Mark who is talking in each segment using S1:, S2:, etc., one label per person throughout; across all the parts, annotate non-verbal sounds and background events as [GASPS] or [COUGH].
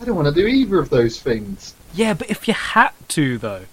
S1: I don't want to do either of those things.
S2: Yeah, but if you had to, though.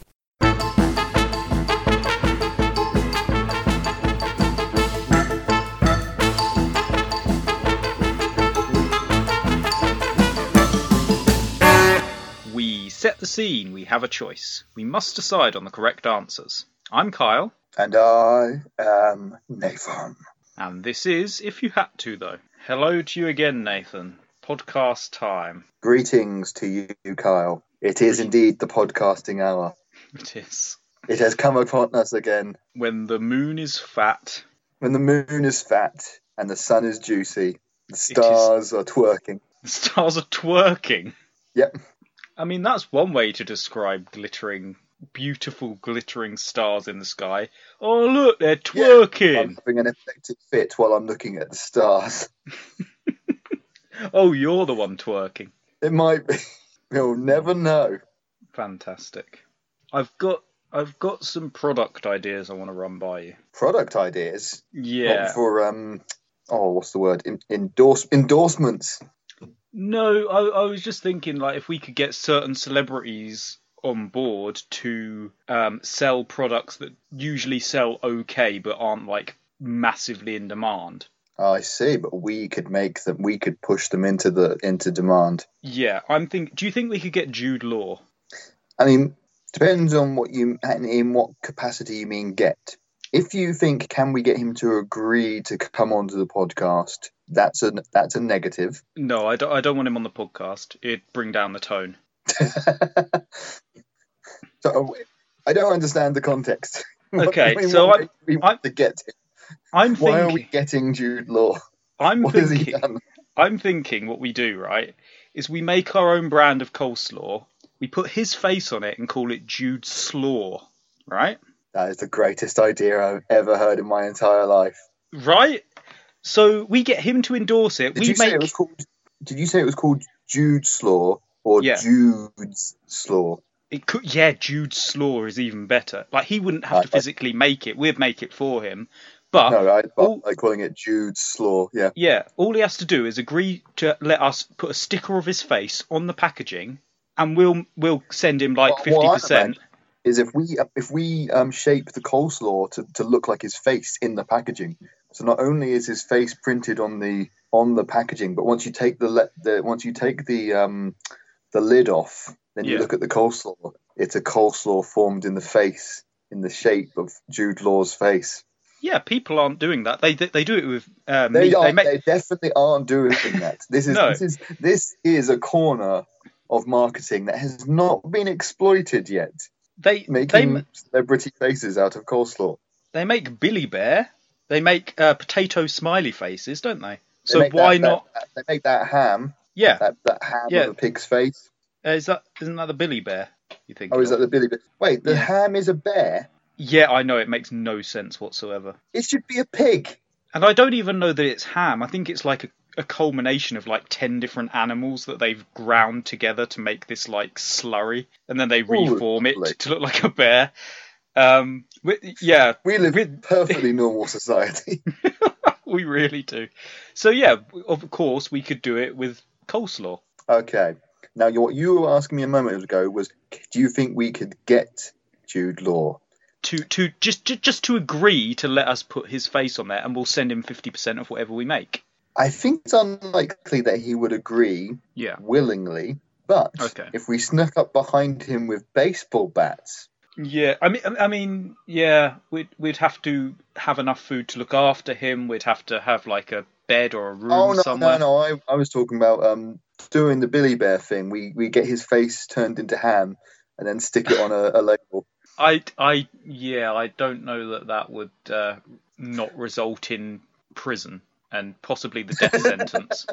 S3: We set the scene, we have a choice. We must decide on the correct answers. I'm Kyle,
S4: And I am Nathan.
S3: and this is If You Had To, though. Hello to you again, Nathan. Podcast time. [LAUGHS]
S4: Greetings to you, Kyle. It is indeed the podcasting hour.
S3: It is.
S4: It has come upon us again.
S3: When the moon is fat,
S4: When the moon is fat and the sun is juicy, the
S3: is-
S4: stars are twerking.
S3: the [LAUGHS] stars are twerking.
S4: Yep.
S3: I mean, that's one way to describe glittering, beautiful glittering stars in the sky. Oh, look, they're
S4: Yeah.
S3: twerking.
S4: I'm having an effective fit while I'm looking at the stars. [LAUGHS]
S3: Oh, you're the one twerking.
S4: It might be. [LAUGHS] We'll never know.
S3: Fantastic. I've got I've got some product ideas I want to run by you.
S4: Product ideas.
S3: Yeah.
S4: Not for, um, oh, what's the word? In- endorse- endorsements.
S3: No, I, I was just thinking like if we could get certain celebrities on board to um, sell products that usually sell okay but aren't like massively in demand.
S4: I see, but we could make them. We could push them into the into demand.
S3: Yeah, I'm think. Do you think we could get Jude Law?
S4: I mean, depends on what you and in what capacity you mean get. If you think can we get him to agree to come onto the podcast, that's a that's a negative. [LAUGHS]
S3: No, I don't. I don't want him on the podcast. It'd bring down the tone.
S4: so I don't understand the context. [LAUGHS] What
S3: Okay,
S4: do we
S3: so
S4: want-
S3: I'm-
S4: we want
S3: I'm
S4: to get him.
S3: I'm
S4: Why are
S3: thinking.
S4: we getting
S3: [LAUGHS]
S4: Jude Law?
S3: I'm
S4: What has he
S3: thinking.
S4: done?
S3: I'm thinking what we do, right, is we make our own brand of coleslaw, we put his face on it and call it Jude Slaw, right?
S4: That is the greatest idea I've ever heard in my entire life.
S3: Right? So we get him to endorse it.
S4: Did
S3: we
S4: you say
S3: make
S4: it was called? Did you say it was called Jude's Law or
S3: Yeah.
S4: Jude's Slaw?
S3: it could, yeah, Jude Slaw is even better. Like he wouldn't have to
S4: I- I-
S3: physically make it. We'd make it for him. But
S4: No, I,
S3: all-
S4: I, am calling it Jude's Slaw. Yeah,
S3: yeah, all he has to do is agree to let us put a sticker of his face on the packaging and we'll we'll send him like
S4: What- what I
S3: 50%.
S4: meant- is if we if we um, shape the coleslaw to, to look like his face in the packaging. So not only is his face printed on the on the packaging, but once you take the, le- the once you take the um, the lid off, then
S3: Yeah.
S4: you look at the coleslaw. It's a coleslaw formed in the face, in the shape of Jude Law's face.
S3: yeah, people aren't doing that. They they, they do it with uh,
S4: They,
S3: meat.
S4: are,
S3: They
S4: they,
S3: make-
S4: definitely aren't doing
S3: [LAUGHS]
S4: that. This is
S3: No.
S4: this is this is a corner of marketing that has not been exploited yet.
S3: They they
S4: Making
S3: ma-
S4: celebrity faces out of coleslaw.
S3: they make Billy Bear. They make uh, potato smiley faces, don't they?
S4: They
S3: So
S4: make that-
S3: why
S4: that-
S3: not?
S4: that- they make that ham,
S3: Yeah,
S4: that, that ham
S3: Yeah.
S4: of a pig's face.
S3: uh, is that isn't that the Billy Bear? You think?
S4: Oh, is
S3: of?
S4: that the Billy? Bear? Wait, the
S3: Yeah.
S4: ham is a bear.
S3: Yeah, I know it makes no sense whatsoever,
S4: It should be a pig.
S3: and I don't even know that it's ham. I think it's like a, a culmination of like ten different animals that they've ground together to make this like slurry, and then they reform it
S4: lovely.
S3: to look like a bear. Um, wi- yeah,
S4: We live
S3: With-
S4: in perfectly normal society. [LAUGHS]
S3: we really do. So yeah, of course we could do it with coleslaw.
S4: okay. Now, you- what you were asking me a moment ago was, do you think we could get Jude Law?
S3: to to just ju- just to agree to let us put his face on there, and we'll send him fifty percent of whatever we make.
S4: I think it's unlikely that he would agree
S3: Yeah.
S4: willingly, but
S3: Okay.
S4: if we snuck up behind him with baseball bats,
S3: Yeah. I mean, I mean, yeah. We'd we'd have to have enough food to look after him. We'd have to have like a bed or a room
S4: oh no,
S3: somewhere.
S4: no, no! I, I was talking about um doing the Billy Bear thing. We we get his face turned into ham and then stick it on a, a label.
S3: I I yeah. I don't know that that would uh, not result in prison and possibly the
S4: [LAUGHS]
S3: death sentence.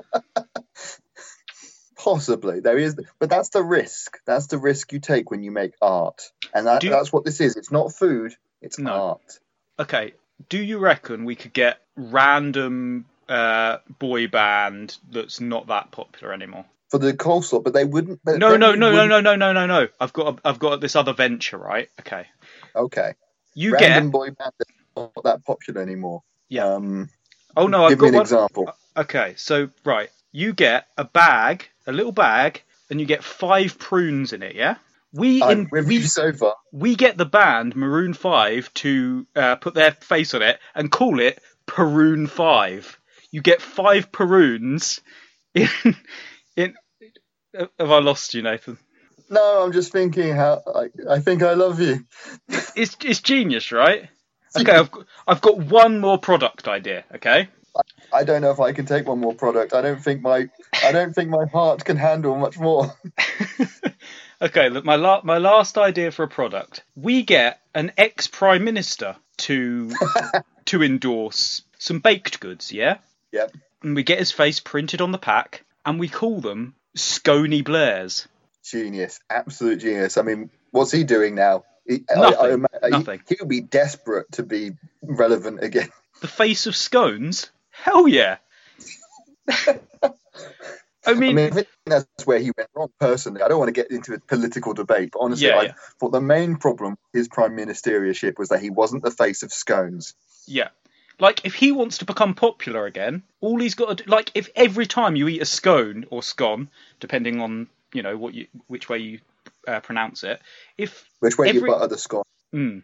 S4: Possibly there is, but that's the risk. That's the risk you take when you make art, and that,
S3: Do you-
S4: that's what this is. It's not food. It's
S3: No.
S4: art.
S3: Okay. Do you reckon we could get random uh, boy band that's not that popular anymore?
S4: For the coleslaw, but they wouldn't. But
S3: No,
S4: then
S3: no,
S4: we
S3: no, no,
S4: wouldn't-
S3: no, no, no, no, no. I've got, a, I've got this other venture, right? Okay.
S4: Okay,
S3: You
S4: random
S3: get.
S4: boy band that's not that popular anymore.
S3: Yeah.
S4: Um,
S3: Oh no, I've
S4: give me
S3: got
S4: an
S3: one.
S4: example.
S3: Okay, so right, you get a bag, a little bag, and you get five prunes in it. Yeah, we
S4: I'm
S3: in
S4: with
S3: we
S4: you so far.
S3: we get the band Maroon Five to uh, put their face on it and call it Peroon Five. You get five Peroons. [LAUGHS] In, in have I lost you, Nathan?
S4: No, I'm just thinking how I, I think I love you.
S3: It's it's genius, right? Okay, I've got, I've got one more product idea. Okay,
S4: I don't know if I can take one more product. I don't think my I don't think my heart can handle much more.
S3: okay. Look, my la- my last idea for a product. We get an ex prime minister to to endorse some baked goods. Yeah.
S4: Yep.
S3: and we get his face printed on the pack, and we call them Scony Blairs.
S4: Genius, absolute genius. I mean, what's he doing now? He, I-
S3: Nothing,
S4: I, ima- he-
S3: nothing.
S4: He'll be desperate to be relevant again.
S3: The face of scones? Hell yeah! I
S4: I
S3: mean,
S4: mean, I think that's where he went wrong personally. I don't want to get into a political debate, but honestly,
S3: Yeah,
S4: I
S3: yeah.
S4: thought the main problem with his prime ministership was that he wasn't the face of scones.
S3: yeah. Like, if he wants to become popular again, all he's got to do, like, if every time you eat a scone or scone, depending on you know what you which way you uh, pronounce it, if
S4: Which way
S3: Every-
S4: you butter the scone?
S3: mm.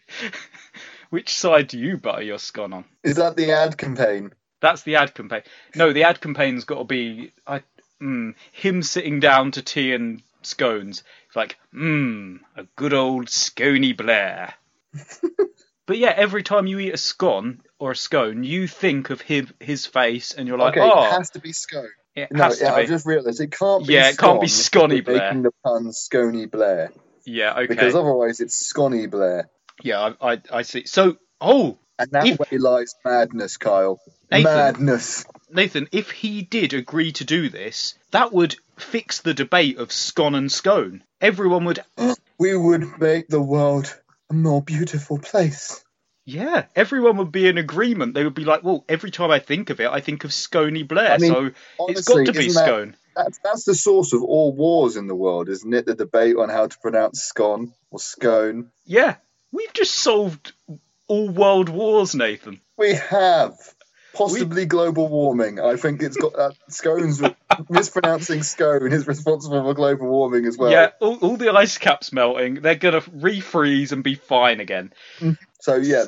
S3: [LAUGHS] which side do you butter your scone on?
S4: Is that the ad campaign?
S3: That's the ad campaign. No, the ad campaign's got to be I, mm, him sitting down to tea and scones. It's like, mmm, a good old scony
S4: [LAUGHS]
S3: Blair. but yeah, every time you eat a scone or a scone, you think of him, his face, and you're like,
S4: okay,
S3: oh,
S4: it has to be scone.
S3: it
S4: No,
S3: has
S4: yeah,
S3: to be.
S4: I've just realised it can't be.
S3: Yeah, it can't be
S4: Scone
S3: Scony
S4: if we're
S3: Blair.
S4: Making the pun Scony Blair
S3: Yeah, okay.
S4: because otherwise it's Scony Blair,
S3: Yeah, I, I, I see. So, oh,
S4: and that
S3: If-
S4: way lies madness, Kyle.
S3: Nathan.
S4: Madness.
S3: Nathan, if he did agree to do this, that would fix the debate of scone and scone. Everyone would
S4: We would make the world a more beautiful place.
S3: Yeah, everyone would be in agreement. They would be like, "Well, every time I think of it, I think of Scony Blair."
S4: I mean,
S3: so it's
S4: Honestly,
S3: got to be
S4: isn't that-
S3: Scone.
S4: That's, that's the source of all wars in the world, isn't it? The debate on how to pronounce scone or scone.
S3: Yeah, we've just solved all world wars, Nathan.
S4: We have possibly global warming. I think it's got that
S3: [LAUGHS]
S4: scones mispronouncing scone is responsible for global warming as well.
S3: yeah, all, all the ice caps melting. They're gonna refreeze and be fine again.
S4: So yeah,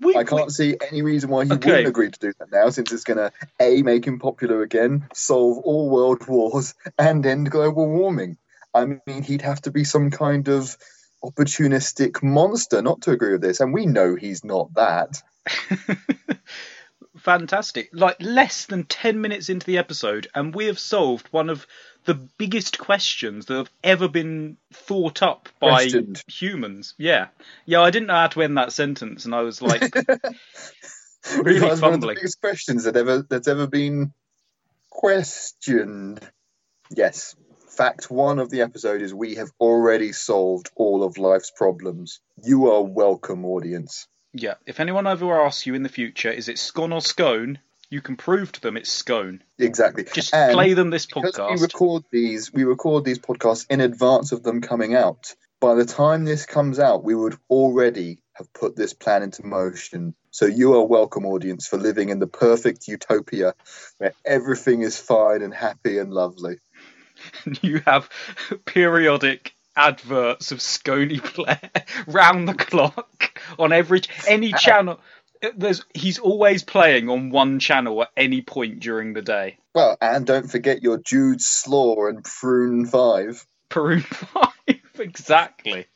S3: We,
S4: I can't see any reason why he
S3: Okay.
S4: wouldn't agree to do that now, since it's going to a make him popular again, solve all world wars, and end global warming. I mean, he'd have to be some kind of opportunistic monster not to agree with this, and we know he's not that.
S3: Fantastic. Like less than 10 minutes into the episode, and we have solved one of the biggest questions that have ever been thought up by
S4: Questioned.
S3: humans. Yeah. Yeah, I didn't know how to end that sentence, and I was
S4: [LAUGHS]
S3: like
S4: We've
S3: really
S4: asked one of the
S3: fumbling.
S4: biggest questions that ever that's ever been questioned. Yes, fact one of the episode is we have already solved all of life's problems. You are welcome, audience.
S3: Yeah, if anyone ever asks you in the future, is it scone or scone? You can prove to them it's scone.
S4: Exactly.
S3: Just
S4: And-
S3: play them this
S4: Um, Because
S3: podcast.
S4: we record these, we record these podcasts in advance of them coming out. By the time this comes out, we would already have put this plan into motion. So you are welcome, audience, for living in the perfect utopia where everything is fine and happy and lovely.
S3: [LAUGHS] you have periodic adverts of [LAUGHS] Scony Blair round the clock on every any
S4: Uh,
S3: channel. Uh, There's he's always playing on one channel at any point during the day.
S4: Well, and don't forget your Jude Slaw and Prune Five.
S3: Peru [LAUGHS] Five, exactly.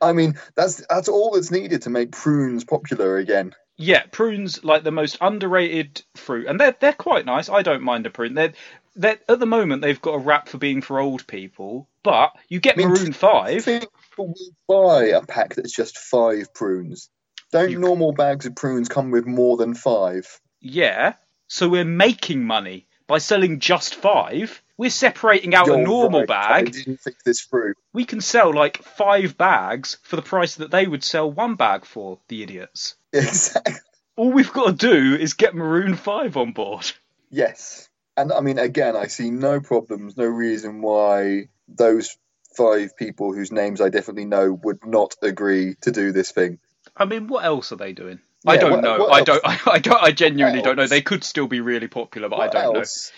S4: I mean, that's that's all that's needed to make prunes popular again.
S3: Yeah, prunes like the most underrated fruit, and they're they're quite nice. I don't mind a prune. They're they are at the moment they've got a rap for being for old people, but you get
S4: I mean,
S3: Maroon
S4: I
S3: Five.
S4: think we'll buy a pack that's just five prunes. Don't
S3: You-
S4: normal bags of prunes come with more than five?
S3: Yeah, so we're making money by selling just five. We're separating out a
S4: You're
S3: normal
S4: right, I
S3: bag.
S4: didn't think this through. [LAUGHS]
S3: We can sell like five bags for the price that they would sell one bag for. The idiots.
S4: Exactly.
S3: All we've got to do is get Maroon Five on board.
S4: Yes. And I mean, again, I see no problems, no reason why those five people whose names I definitely know would not agree to do this thing.
S3: I mean, what else are they doing? I
S4: Yeah,
S3: don't [LAUGHS]
S4: what-
S3: know.
S4: what
S3: I
S4: else?
S3: don't. I, don't. I genuinely
S4: What
S3: don't know.
S4: else?
S3: They could still be really popular, but
S4: What
S3: I don't
S4: else?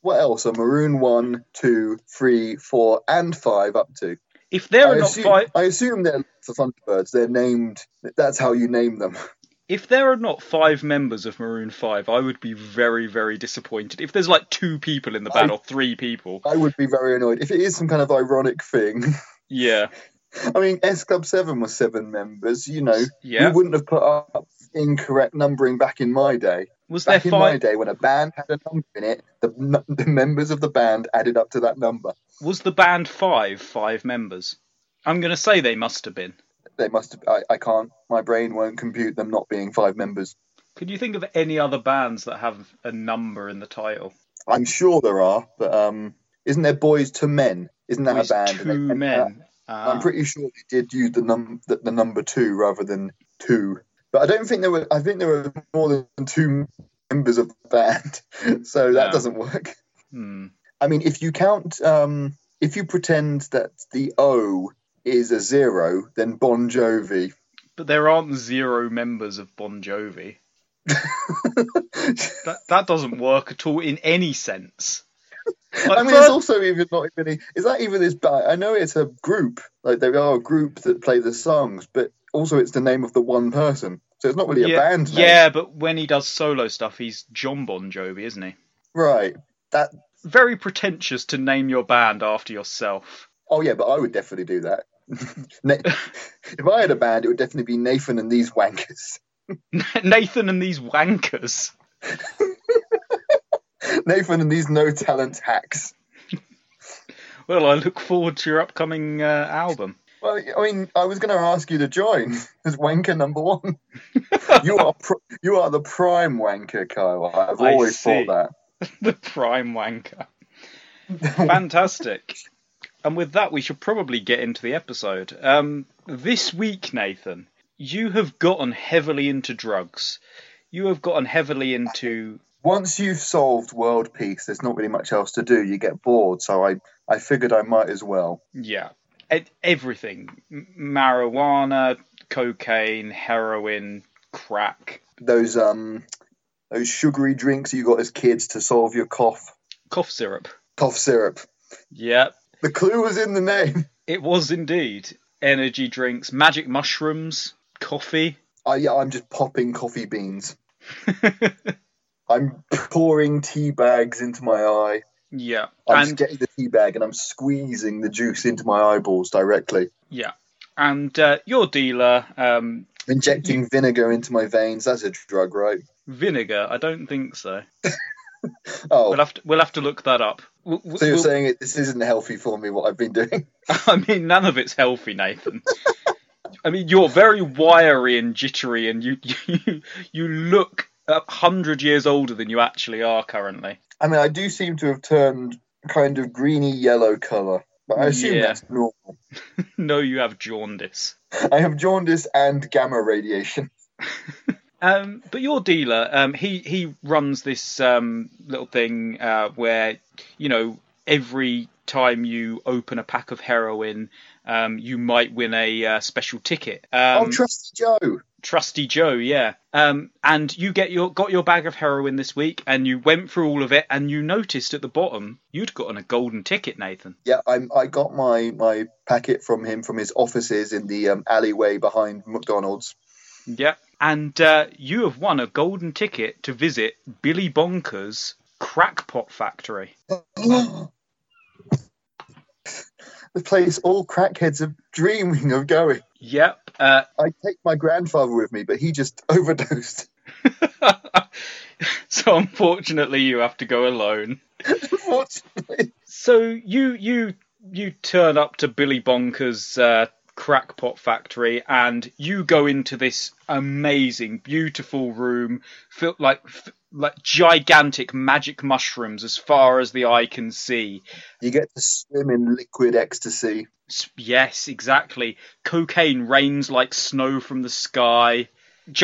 S4: what else are Maroon One, Two, Three, Four, and 5 up to?
S3: If there
S4: I
S3: are not
S4: assume,
S3: five,
S4: I assume they're the Thunderbirds. They're named. That's how you name them.
S3: if there are not five members of Maroon Five, I would be very, very disappointed. If there's like two people in the band or three people,
S4: I would be very annoyed if it is some kind of ironic thing. [LAUGHS]
S3: yeah,
S4: I mean, S Club Seven was seven members. You know,
S3: yeah.
S4: we wouldn't have put up incorrect numbering back in my day.
S3: Was there
S4: Back in my
S3: five?
S4: day, when a band had a number in it, the, n- the members of the band added up to that number.
S3: Was the band five five members? I'm gonna say they must have been.
S4: They must have. I, I can't. My brain won't compute them not being five members.
S3: Could you think of any other bands that have a number in the title?
S4: I'm sure there are, but um, isn't there Boys to Men? Isn't that
S3: Boys
S4: a band? And they-
S3: two
S4: and, uh,
S3: men.
S4: I'm pretty sure they did use the num the, the number two rather than two. But I don't think there were. I think there were more than two members of the band, [LAUGHS] so that
S3: No.
S4: doesn't work.
S3: Hmm.
S4: I mean, if you count, um, if you pretend that the O is a zero, then Bon Jovi.
S3: But there aren't zero members of Bon
S4: [LAUGHS]
S3: Jovi. That that doesn't work at all in any sense. Like,
S4: [LAUGHS] I mean, it's
S3: first-
S4: also even not even. e, Is that even this bad? I know it's a group, like they are a group that play the songs, but also it's the name of the one person, so it's not really
S3: yeah,
S4: a band name,
S3: yeah, but when he does solo stuff, he's John Bon Jovi, isn't he?
S4: right? That
S3: Very pretentious to name your band after yourself. [LAUGHS]
S4: Oh yeah, but I would definitely do that. [LAUGHS] Na- if I had a band, it would definitely be Nathan and these wankers. [LAUGHS]
S3: Nathan and these wankers.
S4: Nathan and these no talent hacks.
S3: Well, I look forward to your upcoming uh, album.
S4: Well, I mean, I was going to ask you to join [LAUGHS] as wanker number one. [LAUGHS] you are pr- you are the prime wanker, Kyle. I've
S3: I
S4: always
S3: see.
S4: thought
S3: [LAUGHS] the prime wanker.
S4: that.
S3: Fantastic. and with that, we should probably get into the episode. Um, this week, Nathan, you have gotten heavily into drugs. You have gotten heavily into.
S4: Once you've solved world peace, there's not really much else to do. You get bored, so I I figured I might as well.
S3: Yeah. e- Everything M- marijuana, cocaine, heroin, crack.
S4: Those um those sugary drinks you got as kids to solve your cough
S3: cough syrup.
S4: cough syrup.
S3: Yeah,
S4: The clue was in the name.
S3: it was indeed energy drinks, magic mushrooms, coffee.
S4: I, yeah, I'm just popping
S3: [LAUGHS]
S4: coffee beans. I'm pouring tea bags into my eye.
S3: yeah,
S4: I'm
S3: and
S4: just getting the tea bag and I'm squeezing the juice into my eyeballs directly,
S3: yeah, and uh, your dealer um,
S4: injecting vinegar into my veins. That's a drug, right?
S3: vinegar. I don't think so.
S4: Oh,
S3: We'll have to we'll have to look that up. We'll, we'll-
S4: so you're saying it, this isn't healthy for me? What I've been doing?
S3: [LAUGHS]
S4: [LAUGHS]
S3: I mean, none of it's healthy, Nathan. I mean, you're very wiry and jittery, and you [LAUGHS] you, you look a hundred years older than you actually are currently. [LAUGHS]
S4: I mean, I do seem to have turned kind of greeny yellow colour, but I assume
S3: Yeah.
S4: that's normal.
S3: no, you have jaundice.
S4: I have jaundice and gamma radiation.
S3: Um, but your dealer, um, he he runs this um, little thing uh, where you know every time you open a pack of heroin, um, you might win a uh, special ticket. Um,
S4: oh, trusty Joe.
S3: Trusty Joe, yeah. Um, and you get your got your bag of heroin this week, and you went through all of it, and you noticed at the bottom you'd gotten a golden ticket, Nathan.
S4: Yeah, I'm, I got my, my packet from him from his offices in the um, alleyway behind McDonald's. [GASPS]
S3: Yeah. And uh, you have won a golden ticket to visit Billy Bonker's crackpot factory.
S4: the place all crackheads are dreaming of going.
S3: Yep. Uh, [LAUGHS]
S4: I take my grandfather with me, but he just [LAUGHS] overdosed.
S3: so unfortunately, you have to go alone.
S4: Unfortunately.
S3: So you you you turn up to Billy Bonker's uh, crackpot factory, and you go into this amazing, beautiful room, filled like f- like gigantic magic mushrooms as far as the eye can see.
S4: You get to swim in liquid ecstasy.
S3: S- Yes, exactly. Cocaine rains like snow from the sky.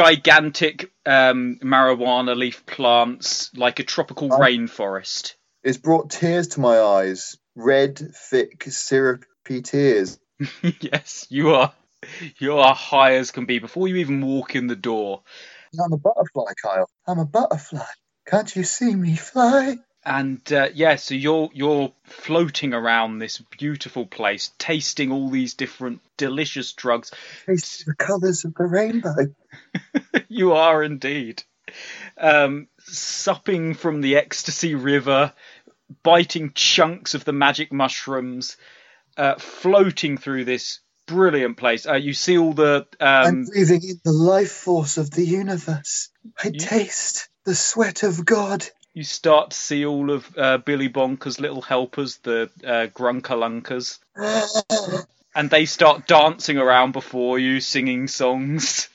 S3: Gigantic um, marijuana leaf plants like a tropical
S4: Um,
S3: rainforest.
S4: It's brought tears to my eyes. Red, thick, syrupy tears.
S3: [LAUGHS] yes, you are. You are high as can be before you even walk in the door.
S4: I'm a butterfly, Kyle. I'm a butterfly. Can't you see me fly?
S3: And uh, yeah, so you're you're floating around this beautiful place, tasting all these different delicious drugs. [LAUGHS]
S4: It's the colours of the rainbow.
S3: you are indeed um, supping from the ecstasy river, biting chunks of the magic mushrooms, uh, floating through this brilliant place. Uh, you see all the
S4: I'm
S3: um,
S4: breathing in the life force of the universe. I
S3: You-
S4: taste the sweat of God.
S3: you start to see all of uh, Billy Bonker's little helpers, the uh, Grunkalunkers, and they start dancing around before you, singing songs.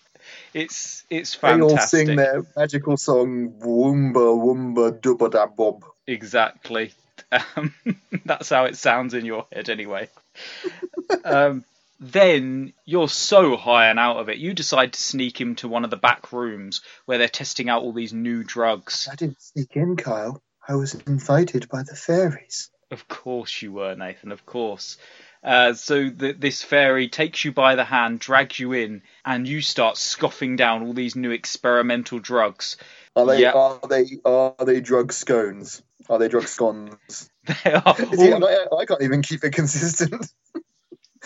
S3: It's it's
S4: They
S3: fantastic.
S4: all sing their magical song, Woomba Woomba Dubba Da Bob.
S3: Exactly. Um, [LAUGHS] that's how it sounds in your head, anyway. um, then you're so high and out of it, you decide to sneak him to one of the back rooms where they're testing out all these new drugs.
S4: I didn't sneak in, Kyle. I was invited by the fairies.
S3: Of course you were, Nathan. Of course. Uh, so th this fairy takes you by the hand, drags you in, and you start scoffing down all these new experimental drugs. [LAUGHS]
S4: Are they
S3: Yeah.
S4: are they are they drug scones? Are they drug scones?
S3: They are
S4: See,
S3: all
S4: I, I can't even keep it [LAUGHS] consistent.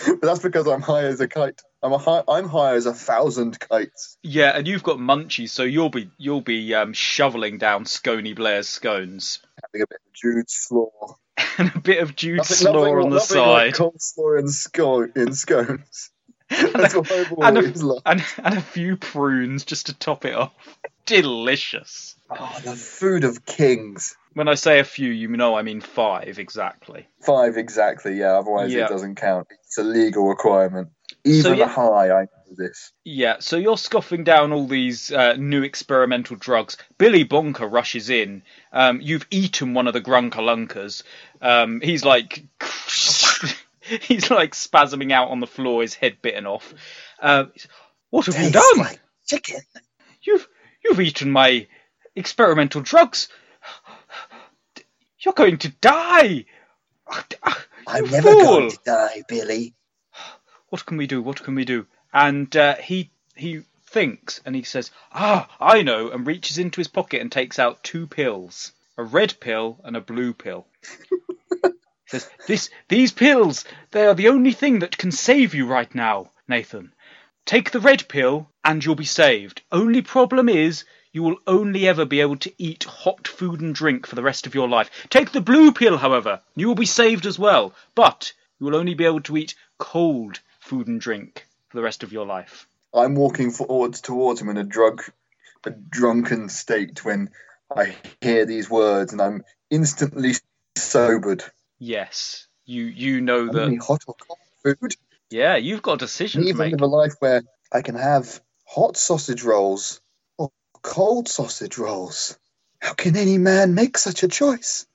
S4: but that's because I'm high as a kite. I'm a high, I'm high as a thousand kites.
S3: Yeah, and you've got munchies, so you'll be you'll be um, shoveling down Scony Blair's scones [LAUGHS]
S4: Having a bit of Jude's slaw.
S3: and a bit of Jude
S4: Nothing-
S3: Slaw
S4: nothing-
S3: on the
S4: nothing
S3: side,
S4: Like coleslaw and, sco-
S3: [LAUGHS]
S4: in scones. That's what I've
S3: and a-
S4: always loved.
S3: and and a few prunes just to top it off. [LAUGHS] Delicious.
S4: Oh, the food of kings.
S3: When I say a few, you know I mean five exactly.
S4: Five exactly, yeah. Otherwise,
S3: Yeah.
S4: it doesn't count. It's a legal requirement. Even
S3: yeah.
S4: high, I know this.
S3: Yeah, so you're scoffing down all these uh, new experimental drugs. Billy Bonker rushes in. Um, you've eaten one of the Grunkalunkers. Um, he's like, [LAUGHS] he's like spasming out on the floor, his head bitten off. Uh, what have you
S4: Tastes
S3: done?
S4: like chicken.
S3: You've you've eaten my experimental drugs. You're going to die.
S4: I'm
S3: You
S4: never
S3: fool.
S4: going to die, Billy.
S3: what can we do? What can we do? And uh, he he thinks and he says, Ah, I know, and reaches into his pocket and takes out two pills, a red pill and a blue pill. He says, This these pills, they are the only thing that can save you right now, Nathan. Take the red pill and you'll be saved. Only problem is you will only ever be able to eat hot food and drink for the rest of your life. Take the blue pill, however, and you will be saved as well, but you will only be able to eat cold food and drink for the rest of your life.
S4: I'm walking forwards towards him in a drug, a drunken state when I hear these words, and I'm instantly sobered.
S3: Yes, you you know
S4: Only
S3: that.
S4: hot or cold food.
S3: Yeah, you've got a decision to
S4: Even
S3: make.
S4: live a life where I can have hot sausage rolls or cold sausage rolls. How can any man make such a choice?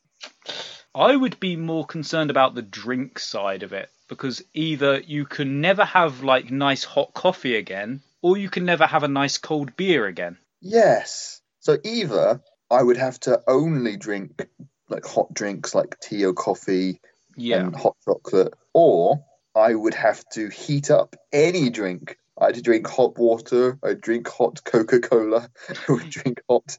S3: I would be more concerned about the drink side of it because either you can never have like nice hot coffee again, or you can never have a nice cold beer again.
S4: Yes. So either I would have to only drink like hot drinks like tea or coffee
S3: Yeah,
S4: and hot chocolate, or I would have to heat up any drink. I'd drink hot water. I'd drink hot Coca Cola. [LAUGHS] I would drink hot,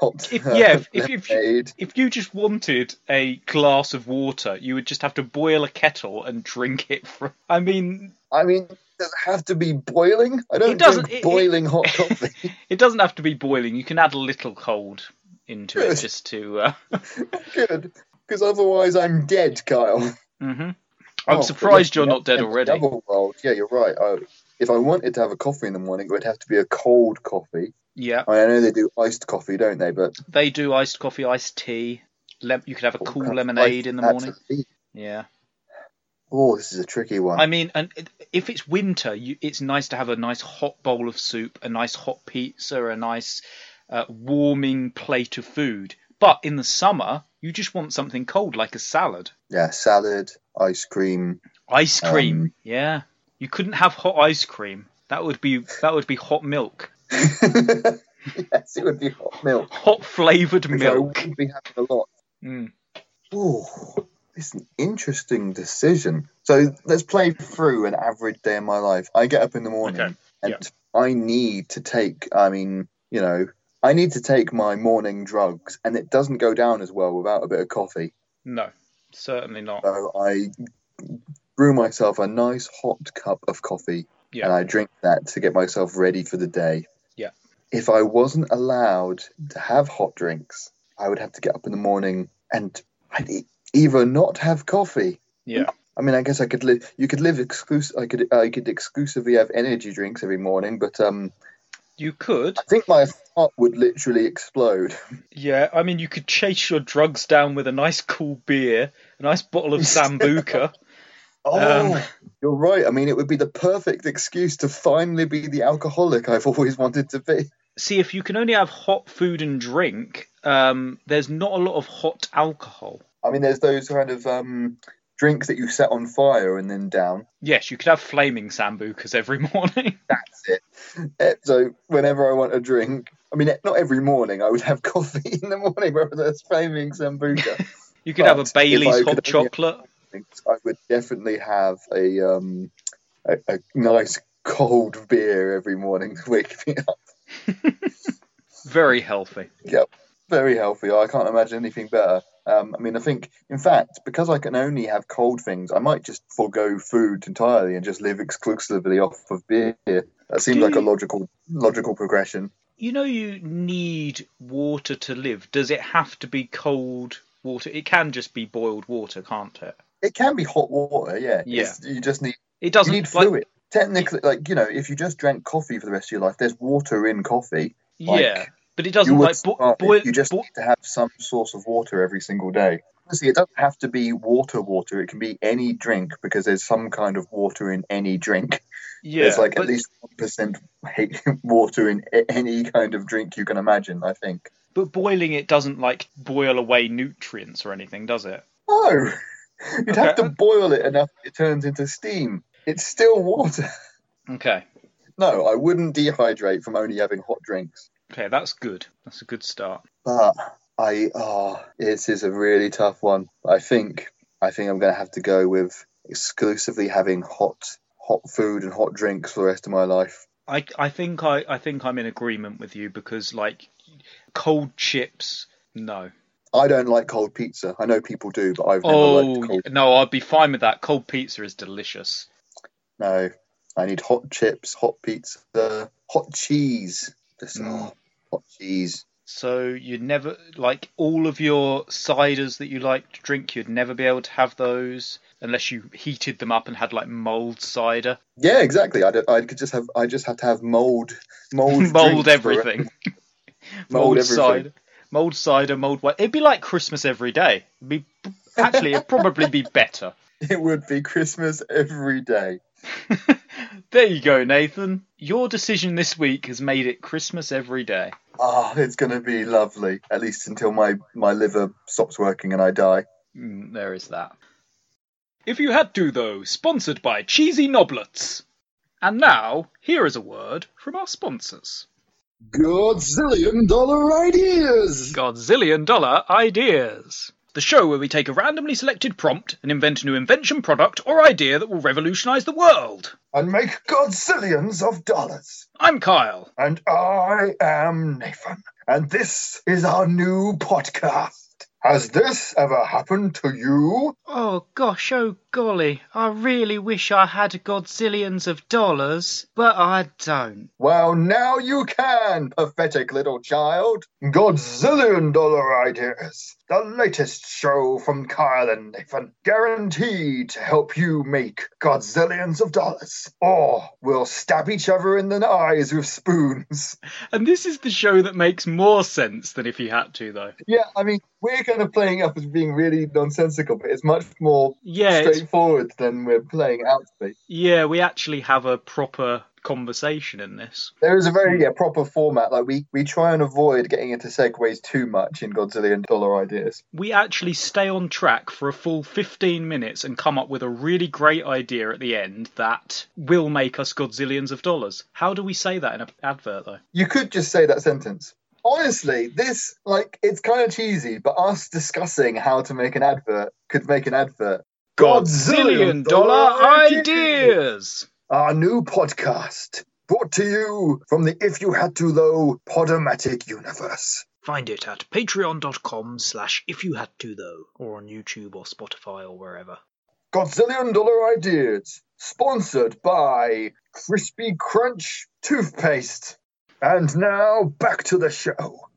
S4: hot.
S3: If-
S4: uh,
S3: yeah, if- if- if you-
S4: lemonade.
S3: if you just wanted a glass of water, you would just have to boil a kettle and drink it from. I mean,
S4: I mean, does it have to be boiling? I don't
S3: doesn't-
S4: drink
S3: it- it- [LAUGHS]
S4: boiling hot coffee.
S3: it doesn't have to be boiling. You can add a little cold into it
S4: Good.
S3: just to. Uh...
S4: Good, because otherwise I'm dead, Kyle.
S3: hmm I'm
S4: Oh,
S3: surprised
S4: goodness,
S3: you're
S4: yeah,
S3: not dead
S4: and the
S3: already.
S4: other world- yeah, you're right. I, if I wanted to have a coffee in the morning, it would have to be a cold coffee.
S3: Yeah,
S4: I, mean, I know they do iced coffee, don't they? But
S3: they do iced coffee, iced tea. Lem- you could have a cool
S4: Oh, That's
S3: lemonade
S4: iced-
S3: in the
S4: that's
S3: morning.
S4: a-
S3: Yeah,
S4: Oh, this is a tricky one.
S3: I mean, and it- if it's winter, you, it's nice to have a nice hot bowl of soup, a nice hot pizza, a nice uh, warming plate of food. But in the summer, you just want something cold, like a salad,
S4: yeah, salad, ice cream. [LAUGHS]
S3: ice cream.
S4: Um.
S3: Yeah, you couldn't have hot ice cream. That would be that would be hot milk,
S4: yes, it would be hot milk.
S3: hot flavored
S4: Which
S3: milk.
S4: I would be having a lot.
S3: Mm.
S4: Oh, it's an interesting decision. So let's play through an average day in my life. I get up in the morning
S3: Okay,
S4: and
S3: yeah.
S4: I need to take, I mean, you know, I need to take my morning drugs, and it doesn't go down as well without a bit of coffee.
S3: No, certainly not.
S4: So I brew myself a nice hot cup of coffee, and
S3: Yeah,
S4: I drink that to get myself ready for the day.
S3: Yeah.
S4: If I wasn't allowed to have hot drinks, I would have to get up in the morning and I'd e- either not have coffee.
S3: yeah,
S4: I mean, I guess I could live. You could live exclusive. I could. I could exclusively have energy drinks every morning, but um,
S3: you could.
S4: I think my heart would literally explode.
S3: Yeah, I mean, you could chase your drugs down with a nice cool beer, a nice bottle of
S4: [LAUGHS]
S3: sambuca.
S4: Oh,
S3: Um.
S4: you're right. I mean, it would be the perfect excuse to finally be the alcoholic I've always wanted to be.
S3: See, if you can only have hot food and drink, um, there's not a lot of hot alcohol.
S4: I mean, there's those kind of um, drinks that you set on fire and then down.
S3: Yes, you could have flaming sambucas every [LAUGHS] morning.
S4: That's it. Eh, [LAUGHS] So whenever I want a drink, I mean, eh, not every morning. I would have [LAUGHS] coffee in the morning, whether that's flaming
S3: [LAUGHS]
S4: sambuca.
S3: You could
S4: But
S3: have a
S4: if I
S3: Bailey's
S4: could
S3: hot
S4: only-
S3: chocolate.
S4: I would definitely have a, um, a a nice cold beer every morning to wake me up. [LAUGHS]
S3: Very healthy.
S4: Very healthy. I can't imagine anything better. Um, I mean, I think, in fact, because I can only have cold things, I might just forego food entirely and just live exclusively off of beer. That seems
S3: Do
S4: like a
S3: you-
S4: logical logical progression.
S3: You know, you need water to live. Does it have to be cold water? It can just be boiled water, can't it?
S4: It can be hot water, yeah.
S3: Yeah.
S4: It's- you just need
S3: It
S4: you
S3: doesn't.
S4: need
S3: like-
S4: fluid. Technically, like you know, if you just drank coffee for the rest of your life, there's water in coffee. like,
S3: yeah, but it
S4: you
S3: doesn't
S4: would
S3: like bo-
S4: starve if
S3: boil.
S4: you just
S3: bo-
S4: need to have some source of water every single day. Honestly, it doesn't have to be water, water. It can be any drink because there's some kind of water in any drink.
S3: yeah,
S4: there's like
S3: but-
S4: at least one percent [LAUGHS] water in a- any kind of drink you can imagine. I think.
S3: But boiling it doesn't like boil away nutrients or anything, does it?
S4: No, you'd have
S3: Okay.
S4: to boil it enough that it turns into steam. It's still water. [LAUGHS]
S3: Okay.
S4: No, I wouldn't dehydrate from only having hot drinks.
S3: Okay, that's good. That's a good start.
S4: But I, oh, this is a really tough one. I think, I think I'm going to have to go with exclusively having hot, hot food and hot drinks for the rest of my life.
S3: I I think I I think I'm in agreement with you because like cold chips, no.
S4: I don't like cold pizza. I know people do, but I've never liked
S3: Oh
S4: cold.
S3: no, I'd be fine with that. Cold pizza is delicious.
S4: No, I need hot chips, hot pizza, hot cheese. Just
S3: Mm.
S4: oh, hot cheese.
S3: So you'd never like all of your ciders that you like to drink. You'd never be able to have those unless you heated them up and had like mulled cider,
S4: Yeah, exactly. I, don't- I could just have. I just have to have mold, mold,
S3: [LAUGHS]
S4: drinks
S3: mold
S4: for-
S3: everything.
S4: mold
S3: mold
S4: everything.
S3: cider, mold cider, mold wine. It'd be like Christmas every day. It'd be actually it'd probably be better.
S4: [LAUGHS] It would be Christmas every day.
S3: There you go, Nathan. Your decision this week has made it Christmas every day.
S4: Oh, it's going to be lovely, at least until my, my liver stops working and I die.
S3: Mm, there is that. If you had to, though, sponsored by Cheesy Knoblets. And now, here is a word from our sponsors.
S1: Godzillion dollar ideas!
S3: Godzillion Dollar Ideas. The show where we take a randomly selected prompt and invent a new invention, product, or idea that will revolutionize the world.
S4: And make godzillions of dollars.
S3: I'm Kyle.
S4: And I am Nathan. And this is our new podcast. Has this ever happened to you?
S2: Oh gosh, oh golly, I really wish I had godzillions of dollars, but I don't.
S4: Well, now you can, pathetic little child. Godzillion Dollar Ideas, the latest show from Kyle and Nathan, guaranteed to help you make godzillions of dollars. Or we'll stab each other in the eyes with spoons. [LAUGHS]
S3: And this is the show that makes more sense than if you had to, though.
S4: Yeah, I mean, we're kind of playing up as being really nonsensical, but it's much more
S3: Yeah, it's,
S4: straightforward than we're playing out to be.
S3: yeah, we actually have a proper conversation in this.
S4: There is a very yeah, proper format. Like we, we try and avoid getting into segues too much in Godzillion Dollar Ideas.
S3: We actually stay on track for a full 15 minutes and come up with a really great idea at the end that will make us godzillions of dollars. How do we say that in an advert, though?
S4: you could just say that sentence. Honestly, this like it's kind of cheesy, but us discussing how to make an advert could make an advert.
S3: Godzillion Dollar Ideas!
S4: Our new podcast, brought to you from the If You Had To Though Podomatic Universe.
S5: Find it at patreon.com slash if you had to though, or on YouTube or Spotify or wherever.
S4: Godzillion Dollar Ideas, sponsored by Crispy Crunch Toothpaste. And now back to the show.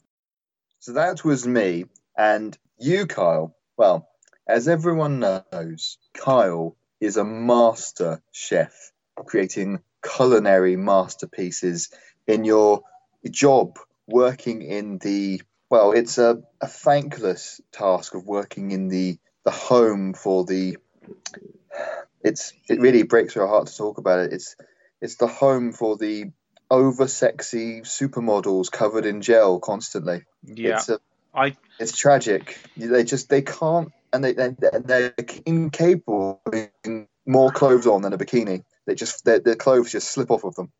S4: So that was me and you, Kyle. Well, as everyone knows, Kyle is a master chef, creating culinary masterpieces in your job, working in the well, it's a, a thankless task of working in the the home for the it's it really breaks our heart to talk about it. It's it's the home for the over sexy supermodels covered in gel constantly.
S3: Yeah,
S4: It's a,
S3: I-
S4: it's tragic. They just they can't and they they they're incapable of putting more clothes on than a bikini. They just their, their clothes just slip off of them.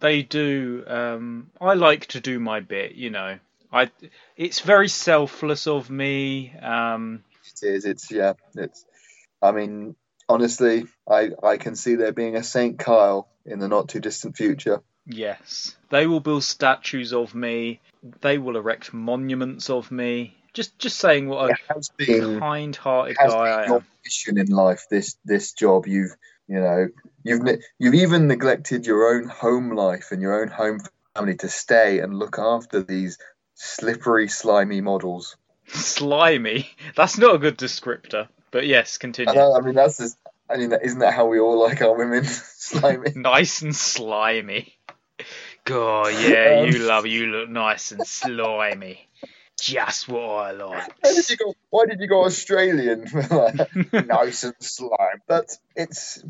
S3: they do. Um, I like to do my bit, you know. I it's very selfless of me. Um,
S4: It is. It's yeah. It's. I mean, honestly, I I can see there being a Saint Kyle in the not too distant future.
S3: yes, they will build statues of me. They will erect monuments of me. Just just saying what
S4: It
S3: a
S4: has been
S3: kind-hearted
S4: has
S3: guy I
S4: been
S3: am. [LAUGHS]
S4: your mission in life. This this job you've you know you've ne- you've even neglected your own home life and your own home family to stay and look after these slippery, slimy models.
S3: Slimy. That's not a good descriptor. But yes,
S4: I,
S3: continue.
S4: know, I mean, that's just, I mean, that, isn't that how we all like our women? [LAUGHS] Slimy.
S3: Nice and slimy.
S4: [LAUGHS]
S3: God, yeah,
S4: Um,
S3: you love you look nice and slimy. Just what I like.
S4: Why did you go? Why did you go Australian? [LAUGHS] nice and slime. But it's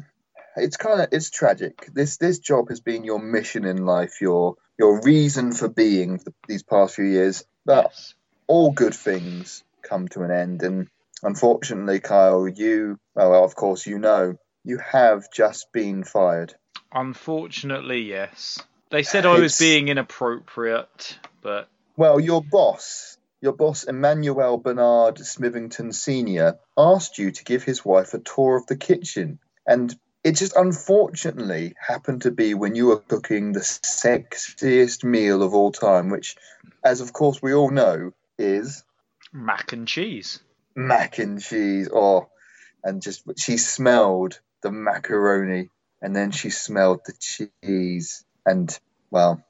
S4: it's kind of it's tragic. This this job has been your mission in life, your your reason for being th- these past few years. But
S3: Yes.
S4: all good things come to an end, and unfortunately, Kyle, you well, of course, you know, you have just been fired.
S3: Unfortunately, yes. They said I was
S4: It's-
S3: being inappropriate, but
S4: Well, your boss, your boss Emmanuel Bernard Smithington Sr., asked you to give his wife a tour of the kitchen. And it just unfortunately happened to be when you were cooking the sexiest meal of all time, which, as of course we all know, is
S3: mac and cheese.
S4: mac and cheese. Oh, and just she smelled the macaroni and then she smelled the cheese. And well,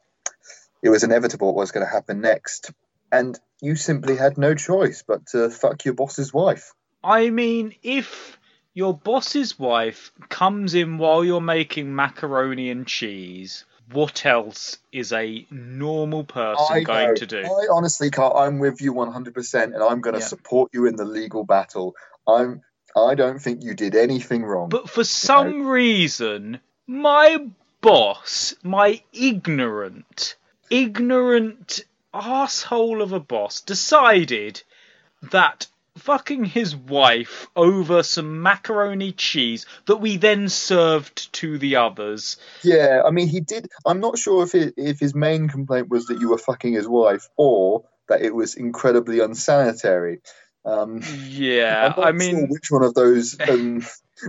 S4: it was inevitable what was going to happen next. And you simply had no choice but to fuck your boss's wife.
S3: I mean, if your boss's wife comes in while you're making macaroni and cheese, what else is a normal person going
S4: know.
S3: to do?
S4: I honestly, Carl, I'm with you 100%, and I'm going to
S3: Yeah.
S4: support you in the legal battle. I'm. I don't think you did anything wrong.
S3: But for some reason, my boss, my ignorant, ignorant asshole of a boss, decided that fucking his wife over some macaroni cheese that we then served to the others.
S4: Yeah, I mean, he did. I'm not sure if it, if his main complaint was that you were fucking his wife or that it was incredibly unsanitary. Um,
S3: Yeah,
S4: I'm not
S3: I
S4: sure
S3: mean,
S4: which one
S3: [LAUGHS]
S4: of those, um,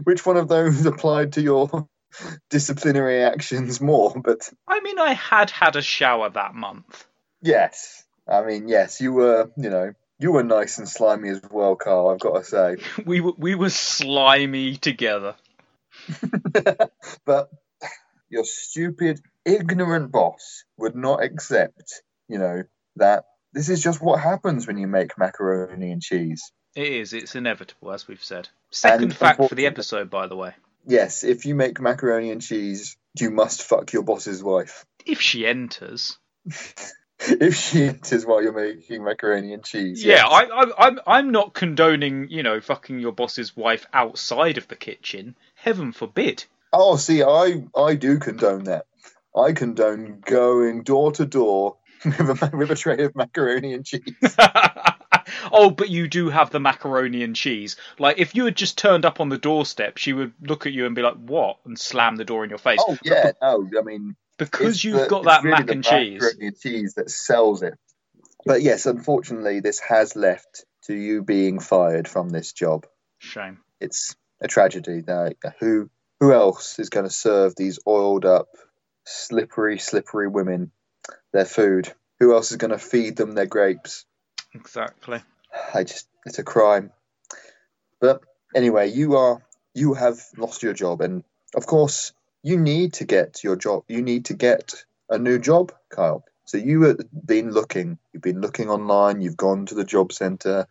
S4: which one of those applied to your [LAUGHS] disciplinary actions more? But
S3: I mean, I had had a shower that month.
S4: yes, I mean, yes, you were, you know, you were nice and slimy as well, Carl. I've got to say.
S3: We were, we were slimy together.
S4: [LAUGHS] but your stupid, ignorant boss would not accept, you know, that this is just what happens when you make macaroni and cheese.
S3: It is, it's inevitable, as we've said. Second
S4: And
S3: fact for the
S4: unfortunately-
S3: episode, by the way.
S4: Yes, if you make macaroni and cheese, you must fuck your boss's wife. [LAUGHS]
S3: If she enters.
S4: If she enters while you're making macaroni and cheese.
S3: Yeah,
S4: yes.
S3: I, I, I'm I'm not condoning you know fucking your boss's wife outside of the kitchen. Heaven forbid. [LAUGHS]
S4: Oh, see, I I do condone that. I condone going door to door [LAUGHS] with a, with a tray of macaroni and cheese.
S3: oh, but you do have the macaroni and cheese. Like if you had just turned up on the doorstep, she would look at you and be like, "What?" and slam the door in your face.
S4: Oh yeah, no, I mean
S3: because
S4: It's
S3: you've
S4: the-
S3: got
S4: it's
S3: that
S4: really
S3: mac
S4: the
S3: and cheese.
S4: macaroni and cheese that sells it. But yes, unfortunately, this has left to you being fired from this job.
S3: Shame.
S4: It's a tragedy. Now, who who else is going to serve these oiled up, slippery, slippery women their food. Who else is going to feed them their grapes?
S3: Exactly.
S4: I just, it's a crime. But anyway, you are, you have lost your job. And of course, you need to get your job. You need to get a new job, Kyle. So you have been looking, you've been looking online, you've gone to the job centre,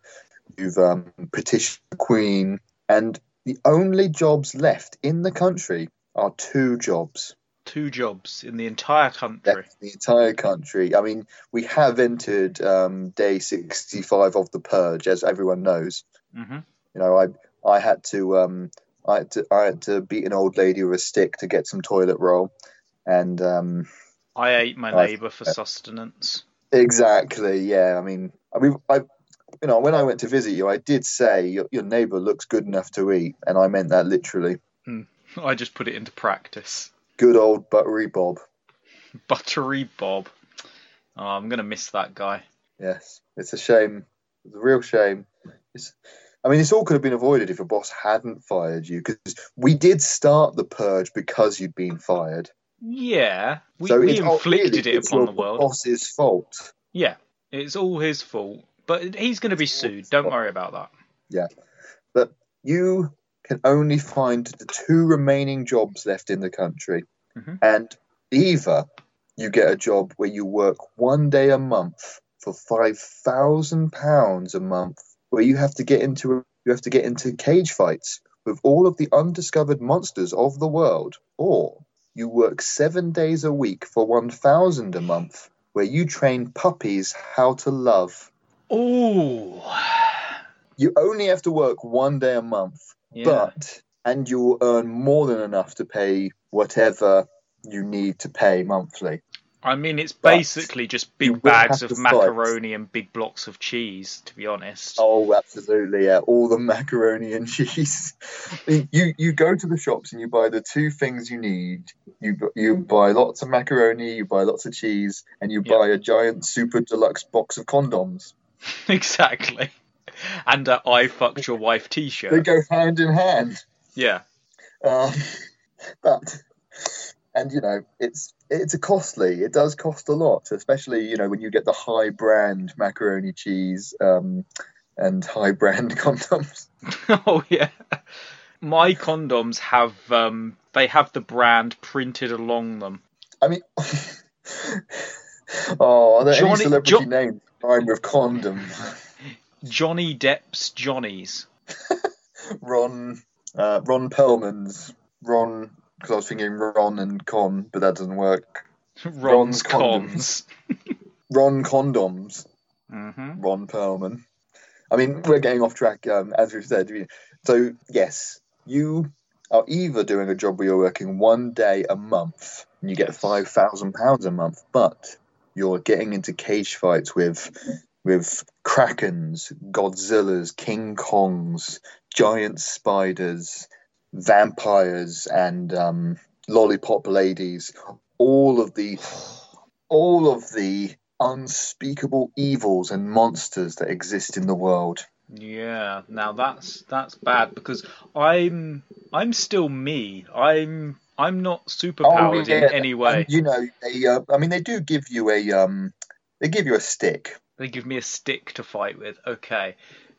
S4: you've um, petitioned the Queen, and the only jobs left in the country are two jobs.
S3: Two jobs in the entire country.
S4: That's the entire country. I mean, we have entered um, day 65 of the purge, as everyone knows.
S3: Mhm.
S4: You know, I I had to um I had to I had to beat an old lady with a stick to get some toilet roll, and um
S3: I ate my
S4: Nice.
S3: neighbour for sustenance. [LAUGHS]
S4: Exactly. Yeah. I mean, I mean, I, you know, when I went to visit you, I did say your, your neighbour looks good enough to eat, and I meant that literally.
S3: I just put it into practice.
S4: Good old buttery Bob.
S3: Buttery Bob. Oh, I'm gonna miss that guy.
S4: Yes, it's a shame. It's a real shame. It's, I mean, this all could have been avoided if your boss hadn't fired you, because we did start the purge because you'd been fired.
S3: Yeah, we,
S4: so
S3: we
S4: it's all-
S3: inflicted
S4: really,
S3: it
S4: it's
S3: upon
S4: your
S3: the world.
S4: Boss's fault.
S3: Yeah, it's all his fault. But he's going to be sued. Don't worry about that.
S4: you can only find the two remaining jobs left in the country.
S3: Mhm.
S4: And either you get a job where you work one day a month for five thousand pounds a month, where you have to get into you have to get into cage fights with all of the undiscovered monsters of the world, or you work seven days a week for one thousand a month, where you train puppies how to love.
S3: Oh,
S4: You only have to work one day a month
S3: yeah.
S4: but and you will earn more than enough to pay whatever you need to pay monthly.
S3: I mean, it's
S4: but
S3: basically just
S4: you
S3: big
S4: will
S3: bags
S4: have
S3: of
S4: to fight.
S3: macaroni and big blocks of cheese. To be honest,
S4: Oh, absolutely! Yeah, all the [LAUGHS] macaroni and cheese. you you go to the shops and you buy the two things you need. You bu- you buy lots of macaroni, you buy lots of cheese, and you
S3: Mm-hmm. Yeah.
S4: buy a giant super deluxe box of condoms.
S3: [LAUGHS] exactly. And a "I fucked your wife"
S4: They
S3: T-shirt.
S4: go hand in hand.
S3: Yeah, [LAUGHS]
S4: Um, [LAUGHS] but and you know it's it's a costly. It does cost a lot, especially you know when you get the high brand macaroni cheese um, and high brand [LAUGHS] condoms.
S3: oh yeah. My condoms have um, they have the brand printed along them.
S4: I mean, [LAUGHS] oh, are there any
S3: Johnny-
S4: celebrity
S3: Jo-
S4: names rhyme with condom?
S3: Johnny Depp's Johnnies. [LAUGHS]
S4: Ron, uh, Ron Perlman's Ron. Because I was thinking Ron and Con, but that doesn't work.
S3: Ron's,
S4: Ron's
S3: condoms.
S4: Ron condoms.
S3: hmm
S4: Ron Perlman. I mean, we're getting off track, um, as we've said. So, yes, you are either doing a job where you're working one day a month and you get
S3: Yes.
S4: £5,000 a month, but you're getting into cage fights with with krakens, Godzillas, King Kongs, giant spiders, vampires, and um, lollipop ladies. All of the all of the unspeakable evils and monsters that exist in the world.
S3: Yeah, now that's that's bad because I'm I'm still me. I'm I'm not superpowered in
S4: Oh, yeah,
S3: any
S4: And
S3: way.
S4: you know, they, uh, I mean, they do give you a um, they give you a stick.
S3: They give me a stick to fight with. Okay,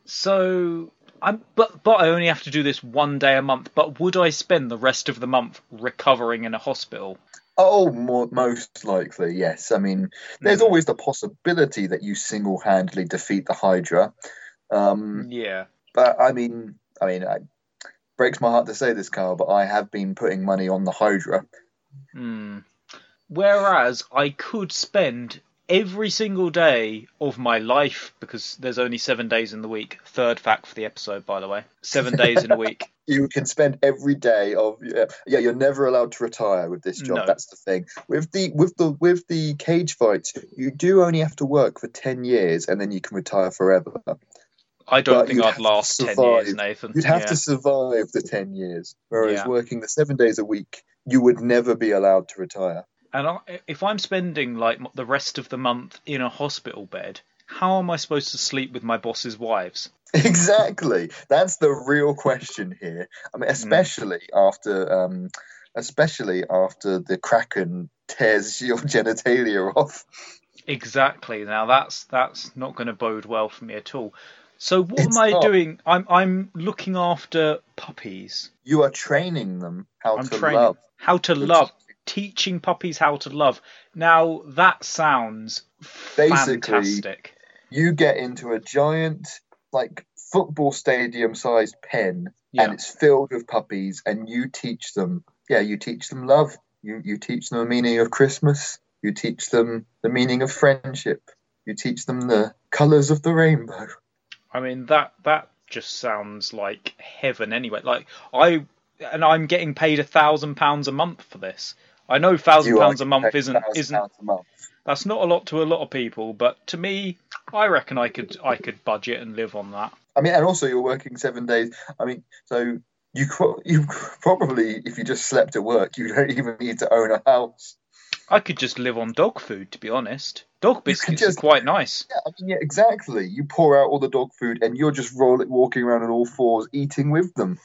S3: so I'm but but I only have to do this one day a month. But would I spend the rest of the month recovering in a hospital?
S4: Oh, mo most likely, yes. I mean, there's
S3: Mm,
S4: always the possibility that you single-handedly defeat the Hydra. Um,
S3: Yeah,
S4: but I mean, I mean, I, breaks my heart to say this, Carl, but I have been putting money on the Hydra.
S3: Mm. Whereas I could spend every single day of my life, because there's only seven days in the week, third fact for the episode, by the way, seven days in a week.
S4: you can spend every day of yeah, yeah you're never allowed to retire with this job
S3: No.
S4: that's the thing with the with the with the cage fights you do only have to work for 10 years and then you can retire forever
S3: I don't
S4: But
S3: think
S4: you'd
S3: I'd
S4: have to
S3: last ten
S4: survive.
S3: years, Nathan.
S4: you'd have
S3: yeah.
S4: to survive the 10 years whereas
S3: Yeah.
S4: working the 7 days a week you would never be allowed to retire [LAUGHS]
S3: And I, if I'm spending like the rest of the month in a hospital bed, how am I supposed to sleep with my boss's wives?
S4: exactly that's the real question
S3: Hmm.
S4: here i mean especially after um especially after the kraken tears [LAUGHS] your genitalia off.
S3: Exactly. Now that's that's not going to bode well for me at all. So what
S4: It's
S3: am I
S4: not.
S3: doing? I'm I'm looking after puppies.
S4: You are training them how
S3: I'm
S4: to
S3: training
S4: love.
S3: how to
S4: You're
S3: love, teaching puppies how to love. Now that sounds
S4: Basically,
S3: fantastic.
S4: You get into a giant, like football stadium sized pen,
S3: Yeah.
S4: and it's filled with puppies, and you teach them. Yeah, you teach them love. You you teach them the meaning of Christmas. You teach them the meaning of friendship. You teach them the colours of the rainbow.
S3: I mean that that just sounds like heaven anyway. Like I and I'm getting paid a thousand pounds a month for this. I know thousand
S4: You are
S3: pounds a month
S4: getting
S3: isn't
S4: 1,000
S3: isn't
S4: pounds a month.
S3: that's not a lot to a lot of people, but to me, I reckon I could I could budget and live on that.
S4: I mean, and also you're working seven days. I mean, so you pro- you probably, if you just slept at work, you don't even need to own a house.
S3: I could just live on dog food, to be honest. Dog biscuits
S4: just-
S3: are quite nice.
S4: Yeah, I mean, yeah, exactly. You pour out all the dog food, and you're just roll walking around on all fours, eating with them.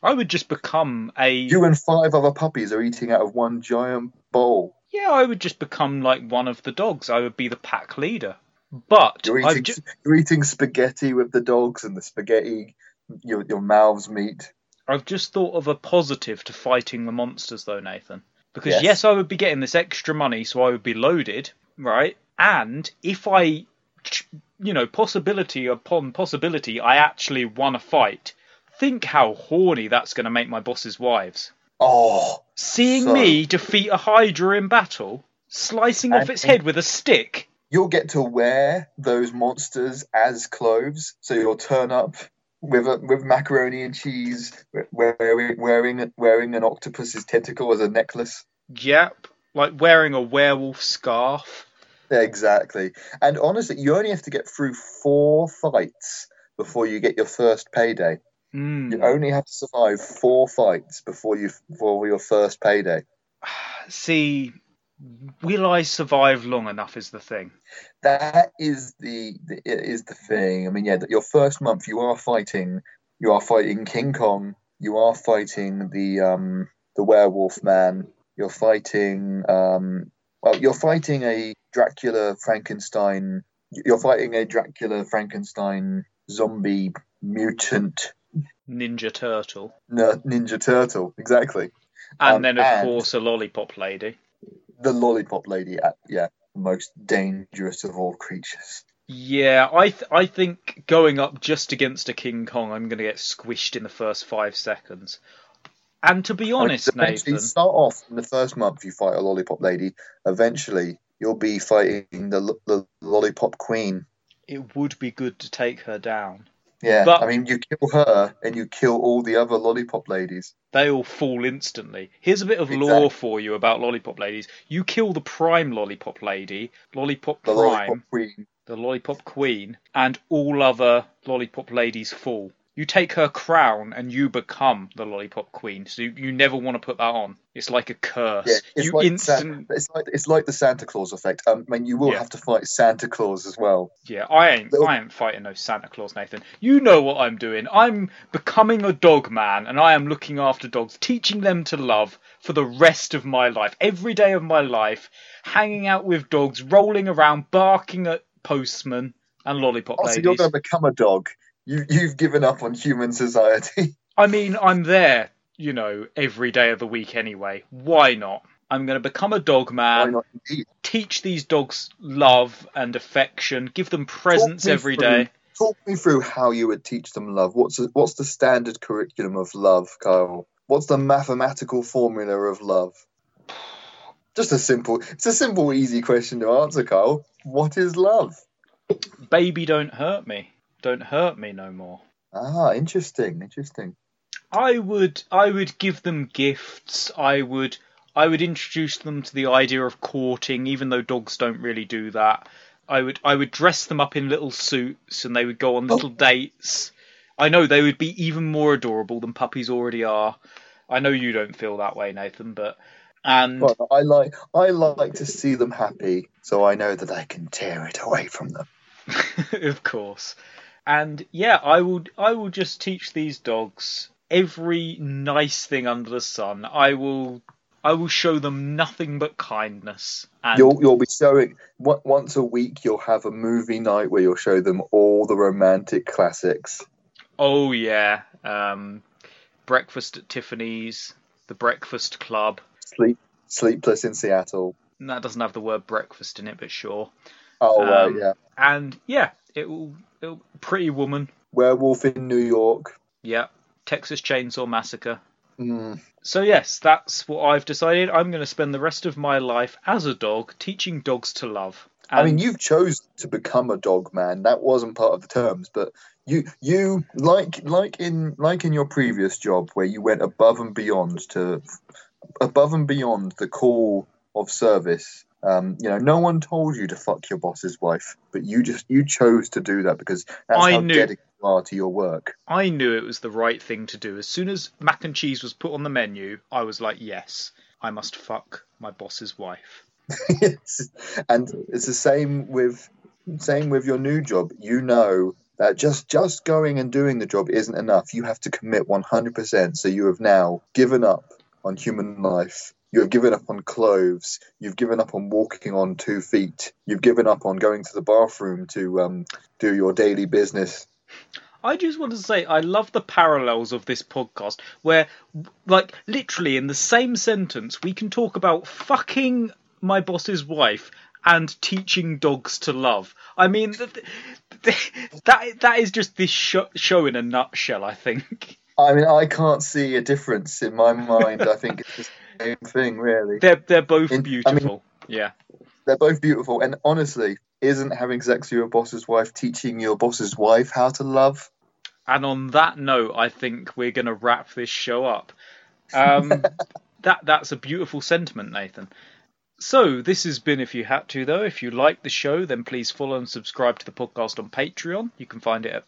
S3: I would just become a
S4: You and five other puppies are eating out of one giant bowl.
S3: Yeah, I would just become like one of the dogs. I would be the pack leader. But
S4: You're
S3: I've
S4: eating
S3: ju-
S4: you're eating spaghetti with the dogs, and the spaghetti your your mouths meet.
S3: I've just thought of a positive to fighting the monsters, though, Nathan. Because yes.
S4: Yes.
S3: I would be getting this extra money, so I would be loaded, right? And if I, ch- you know, possibility upon possibility, I actually won a fight. Think how horny that's going to make my boss's wives.
S4: Oh,
S3: Seeing
S4: So-
S3: me defeat a Hydra in battle, slicing off
S4: And-
S3: its head with a stick.
S4: you'll get to wear those monsters as clothes. So you'll turn up with a, with macaroni and cheese, we- wearing wearing wearing an octopus's tentacle as a necklace.
S3: Yep, like wearing a werewolf scarf.
S4: Exactly. And honestly, you only have to get through four fights before you get your first payday.
S3: Mm.
S4: You only have to survive four fights before you for your first payday.
S3: See, will I survive long enough? Is the thing.
S4: that is the, the it is the thing. I mean, yeah, that your first month you are fighting, you are fighting King Kong, you are fighting the um the werewolf man, you're fighting um well, you're fighting a Dracula Frankenstein, you're fighting a Dracula Frankenstein zombie mutant
S3: Ninja Turtle,
S4: ner- ninja turtle exactly
S3: and
S4: Um,
S3: then of
S4: and-
S3: course a lollipop lady.
S4: the lollipop lady uh, yeah the most dangerous of all creatures
S3: Yeah, I th- I think going up just against a King Kong, I'm going to get squished in the first five seconds. And to be honest,
S4: Like, eventually
S3: Nathan,
S4: start off in the first month you fight a lollipop lady. Eventually, you'll be fighting the, lo- the lollipop queen.
S3: it would be good to take her down.
S4: Yeah,
S3: But-
S4: I mean, you kill her and you kill all the other lollipop ladies.
S3: They all fall instantly. Here's a bit of
S4: Exactly.
S3: lore for you about lollipop ladies. You kill the prime lollipop lady, lollipop
S4: The
S3: prime,
S4: lollipop queen.
S3: the lollipop queen, and all other lollipop ladies fall. You take her crown and you become the lollipop queen. So you, you never want to put that on. It's like a curse.
S4: Yeah, it's
S3: you
S4: like
S3: instant.
S4: San- it's like it's like the Santa Claus effect. Um, I mean, you will
S3: Yeah.
S4: have to fight Santa Claus as well.
S3: Yeah, I ain't.
S4: Little-
S3: I ain't fighting no Santa Claus, Nathan. You know what I'm doing. I'm becoming a dog man, and I am looking after dogs, teaching them to love for the rest of my life. Every day of my life, hanging out with dogs, rolling around, barking at postmen and lollipop
S4: Oh, so
S3: ladies.
S4: you're going to become a dog. You you've given up on human society. [LAUGHS]
S3: I mean, I'm there, you know, every day of the week anyway. Why not? I'm going to become a dog
S4: Why
S3: man,
S4: not? Indeed.
S3: teach these dogs love and affection, give them presents
S4: Talk me
S3: every
S4: through-
S3: day.
S4: Talk me through how you would teach them love. What's the, what's the standard curriculum of love, Kyle? What's the mathematical formula of love? Just a simple, it's a simple, easy question to answer, Kyle. What is love?
S3: Baby, don't hurt me. Don't hurt me no more.
S4: Ah, interesting, interesting.
S3: I would I would give them gifts. I would I would introduce them to the idea of courting, even though dogs don't really do that. I would I would dress them up in little suits and they would go on little dates. I know they would be even more adorable than puppies already are. I know you don't feel that way, Nathan, but and
S4: Well, I like, I like to see them happy, so I know that I can tear it away from them.
S3: [LAUGHS] of course. And yeah, I will I will just teach these dogs every nice thing under the sun. I will I will show them nothing but kindness. And
S4: You'll you'll be showing on- once a week. You'll have a movie night where you'll show them all the romantic classics.
S3: oh yeah, um, breakfast at Tiffany's, the Breakfast Club.
S4: Sleep, Sleepless in Seattle.
S3: And that doesn't have the word breakfast in it, but sure.
S4: Oh right,
S3: Um,
S4: yeah.
S3: And yeah, it will. It'll, pretty Woman.
S4: Werewolf in New York.
S3: Yeah. Texas Chainsaw Massacre.
S4: Mm.
S3: So yes, that's what I've decided. I'm going to spend the rest of my life as a dog teaching dogs to love.
S4: I mean,
S3: And
S4: you've chose to become a dog man. That wasn't part of the terms, but you you like like in like in your previous job where you went above and beyond to above and beyond the call of service. Um, you know, no one told you to fuck your boss's wife, but you just you chose to do that because that's
S3: I
S4: how
S3: knew-
S4: dedicated you are to your work.
S3: I knew it was the right thing to do. As soon as mac and cheese was put on the menu, I was like, yes, I must fuck my boss's wife.
S4: It's- [LAUGHS] and it's the same with same with your new job. You know that just just going and doing the job isn't enough. You have to commit one hundred percent. So you have now given up on human life. You have given up on clothes. You've given up on walking on two feet. You've given up on going to the bathroom to um, do your daily business.
S3: I just want to say I love the parallels of this podcast where like literally in the same sentence we can talk about fucking my boss's wife and teaching dogs to love. I mean th- th- that that is just this sho show in a nutshell, I think. [LAUGHS]
S4: I mean, I can't see a difference in my mind. I think it's the same thing, really.
S3: They're they're both
S4: In- I mean-
S3: beautiful. yeah.
S4: They're both beautiful, and honestly, isn't having sex with your boss's wife teaching your boss's wife how to love?
S3: And on that note, I think we're going to wrap this show up. Um, that that's a beautiful sentiment, Nathan. So this has been if you had to though. If you like the show, then please follow and subscribe to the podcast on Patreon. You can find it at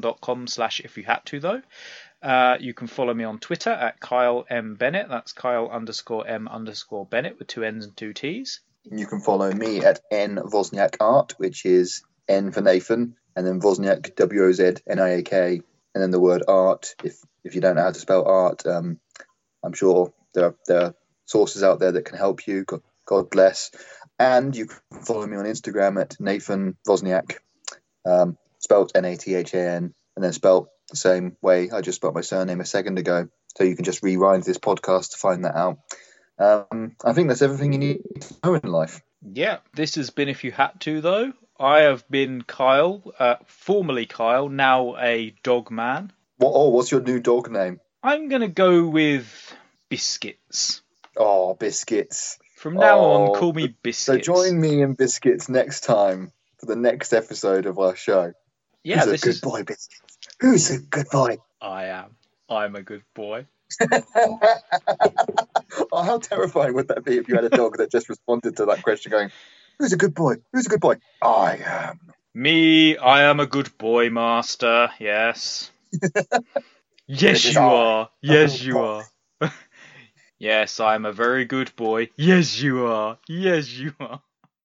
S3: patreon.com/slash if you had to though. Uh, you can follow me on Twitter at Kyle M Bennett. That's Kyle underscore M underscore Bennett with two N's and two T's.
S4: You can follow me at N Wozniak Art, which is N for Nathan, and then Wozniak W O Z N I A K, and then the word art. If if you don't know how to spell art, um, I'm sure there are, there are sources out there that can help you. God, God bless. And you can follow me on Instagram at Nathan Wozniak, um, spelt N A T H A N, and then spelt the same way I just spelt my surname a second ago. So you can just rewind this podcast to find that out. Um, I think that's everything you need to
S3: Oh,
S4: know in life.
S3: Yeah, this has been If You Had To, though. I have been Kyle, uh, formerly Kyle, now a dog man.
S4: What, oh, what's your new dog name?
S3: I'm going to go with Biscuits.
S4: Oh, Biscuits.
S3: From now
S4: Oh,
S3: on, call me
S4: So
S3: Biscuits.
S4: join me and Biscuits next time for the next episode of our show.
S3: yeah,
S4: Who's
S3: this
S4: a good
S3: is.
S4: boy, Biscuits? Who's a good
S3: [LAUGHS]
S4: boy?
S3: I am. I'm a good boy.
S4: oh, how terrifying would that be if you had a dog that just responded to that question going, Who's a good boy? Who's a good boy? I am.
S3: Me, I am a good boy, master.
S4: [LAUGHS]
S3: Yes. yes,
S4: This is
S3: you
S4: I,
S3: are.
S4: [LAUGHS]
S3: Yes,
S4: good
S3: you
S4: boy.
S3: are. [LAUGHS] yes, I'm a very good boy. Yes, you are. Yes, you are.